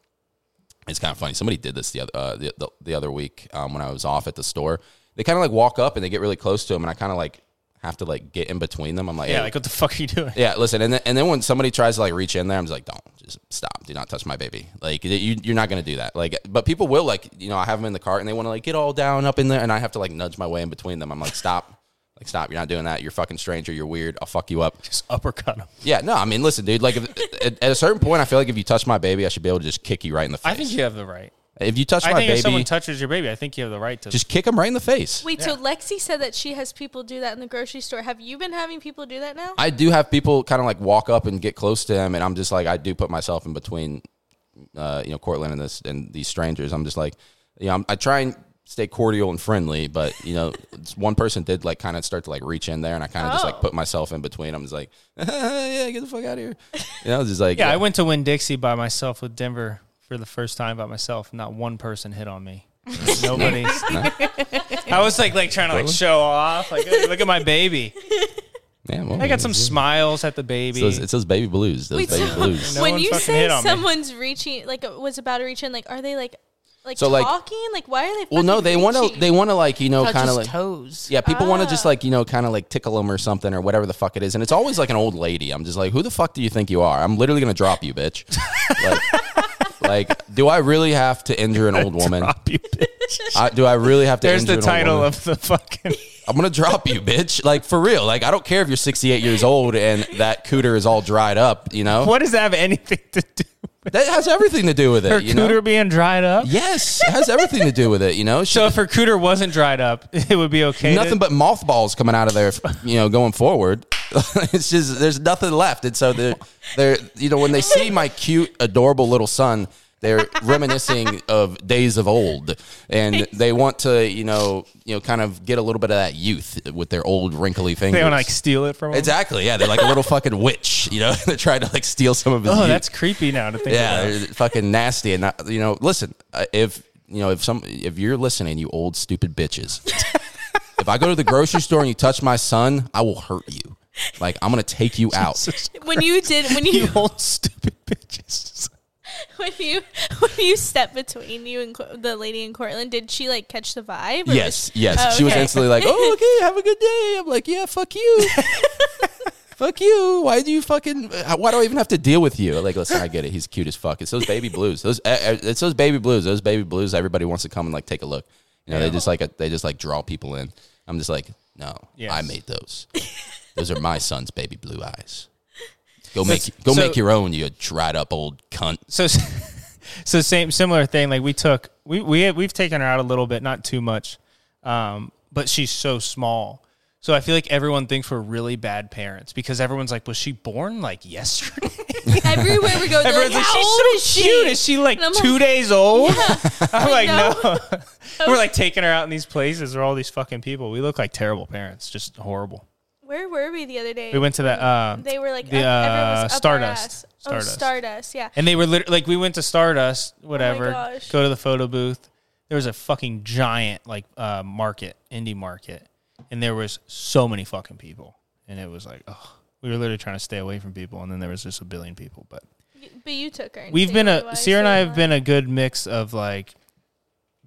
it's kind of funny. Somebody did this the other uh, the, the, the other week um, when I was off at the store. They kind of like walk up and they get really close to him, and I kind of like have to like get in between them. I'm like, Yeah, "Hey, like what the fuck are you doing? yeah, listen, and then, and then when somebody tries to like reach in there, I'm just like, don't, just stop, do not touch my baby. Like you, you're not gonna do that. Like, but people will like, you know, I have them in the cart and they want to like get all down up in there, and I have to like nudge my way in between them. I'm like, stop, like stop, you're not doing that. You're a fucking stranger. You're weird. I'll fuck you up. Just uppercut him. Yeah, no, I mean, listen, dude. Like, if, at, at a certain point, I feel like if you touch my baby, I should be able to just kick you right in the face. I think you have the right. if you touch I my think if someone baby, touches your baby, I think you have the right to. just kick him right in the face. Wait, so Lexi said that she has people do that in the grocery store. Have you been having people do that now? I do have people kind of like walk up and get close to him, and I'm just like, I do put myself in between, uh, you know, Cortland and this and these strangers. I'm just like, you know, I'm, I try and stay cordial and friendly, but you know, it's- one person did like kind of start to like reach in there, and I kind of just like Oh. put myself in between. I'm just like, yeah, get the fuck out of here. You know, just like, yeah, I went to Win Dixie by myself with Denver for the first time by myself. Not one person hit on me. Nobody. I was like, like trying to like show off. Like, "Hey, look at my baby. Yeah, well, I got some it's smiles at the baby. those, it's those baby blues. Those Wait, baby so- blues. No when one you fucking say hit on me. someone's reaching, like uh, was about to reach in, like are they like, like So, like- talking? Like, why are they? Well, no, fucking they want to. reaching? They want to like you know Touch kind of his like toes. Yeah, people want to Ah. just like you know kind of like tickle them or something or whatever the fuck it is, and it's always like an old lady. I'm just like, who the fuck do you think you are? I'm literally gonna drop you, bitch. like, like, do I really have to injure an old woman? Drop you, bitch. I, do I really have to? There's injure the an old title woman? of the fucking. I'm gonna drop you, bitch. Like for real. Like I don't care if you're 68 years old and that cooter is all dried up. You know What does that have anything to do? with that has everything to do with it. Her you cooter know. being dried up. Yes, it has everything to do with it. You know. She- So if her cooter wasn't dried up, it would be okay. to- nothing but mothballs coming out of there, you know, going forward. it's just there's nothing left, and so they're they're you know when they see my cute, adorable little son, they're reminiscing of days of old, and they want to you know you know kind of get a little bit of that youth with their old wrinkly fingers. they want to like steal it from. 'em? exactly, yeah, they're like a little fucking witch, you know. they tried to like steal some of his. Oh, youth. that's creepy now to think. Yeah, about. they're fucking nasty, and not, you know, listen, uh, if you know if some if you're listening, you old stupid bitches, if I go to the grocery store and you touch my son, I will hurt you. Like I'm gonna take you out. when you did when you you old stupid bitches. when you when you stepped between you and Co- the lady in Cortland, did she like catch the vibe? or Yes, was- yes. Oh, She was okay. instantly like, "Oh, okay, have a good day." I'm like, "Yeah, fuck you." Fuck you! Why do you fucking? uh, Why do I even have to deal with you? Like, listen, I get it. He's cute as fuck. It's those baby blues. Those uh, uh, it's those baby blues. Those baby blues. Everybody wants to come and like take a look. You know, they just like uh, they just like draw people in. I'm just like, no, Yes. I made those. Those are my son's baby blue eyes. Go make go so- make your own. You dried up old cunt. So, so same similar thing. Like we took we we we've taken her out a little bit, not too much, um, but she's so small. So I feel like everyone thinks we're really bad parents because everyone's like, "Was she born like yesterday?" Everywhere we go, they're like, Everyone's like, how "She's old so is she? cute. Is she like And I'm two like, days old?" I'm like, know. "No." we're like taking her out in these places where all these fucking people. We look like terrible parents, just horrible. Where were we the other day? We went to that. Uh, They were like, the, up, everyone uh, was up our Stardust. ass. Stardust. Oh, Stardust. Yeah. And they were literally like, we went to Stardust, whatever. gosh. Go to the photo booth. There was a fucking giant like uh, market, indie market, and there was so many fucking people, and it was like, oh, we were literally trying to stay away from people, and then there was just a billion people. But But you took her. and We've been Sarah a was, Sierra and I have was. been a good mix of like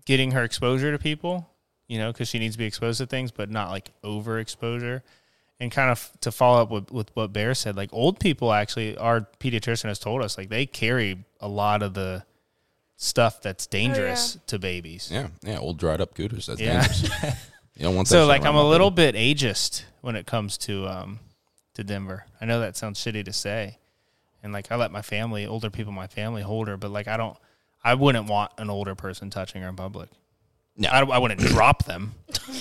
getting her exposure to people, you know, because she needs to be exposed to things, but not like overexposure. And kind of to follow up with, with what Bear said, like old people actually, our pediatrician has told us, like they carry a lot of the stuff that's dangerous to babies. Yeah, yeah, old dried up gooters. That's Yeah. dangerous. You don't want that So shit like around I'm a my little bit ageist when it comes to um to Denver. I know that sounds shitty to say. And like I let my family, older people in my family hold her, but like I don't I wouldn't want an older person touching her in public. No. I, don't- I wouldn't drop them.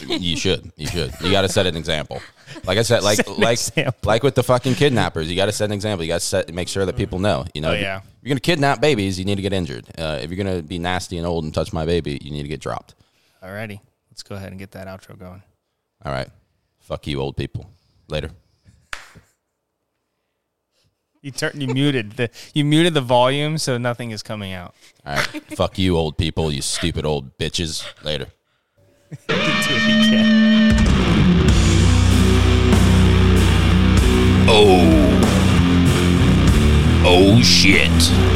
you should. You should. You got to set an example. Like I said, like Set an like example. like with the fucking kidnappers, you got to set an example. You got to set make sure that people know. You know, Oh, if you- yeah. if you're gonna kidnap babies, you need to get injured. Uh, if you're gonna be nasty and old and touch my baby, you need to get dropped. Alrighty. Let's go ahead and get that outro going. All right, fuck you, old people. Later. You turned you muted the you muted the volume so nothing is coming out. All right, fuck you, old people. You stupid old bitches. Later. Oh. Oh shit.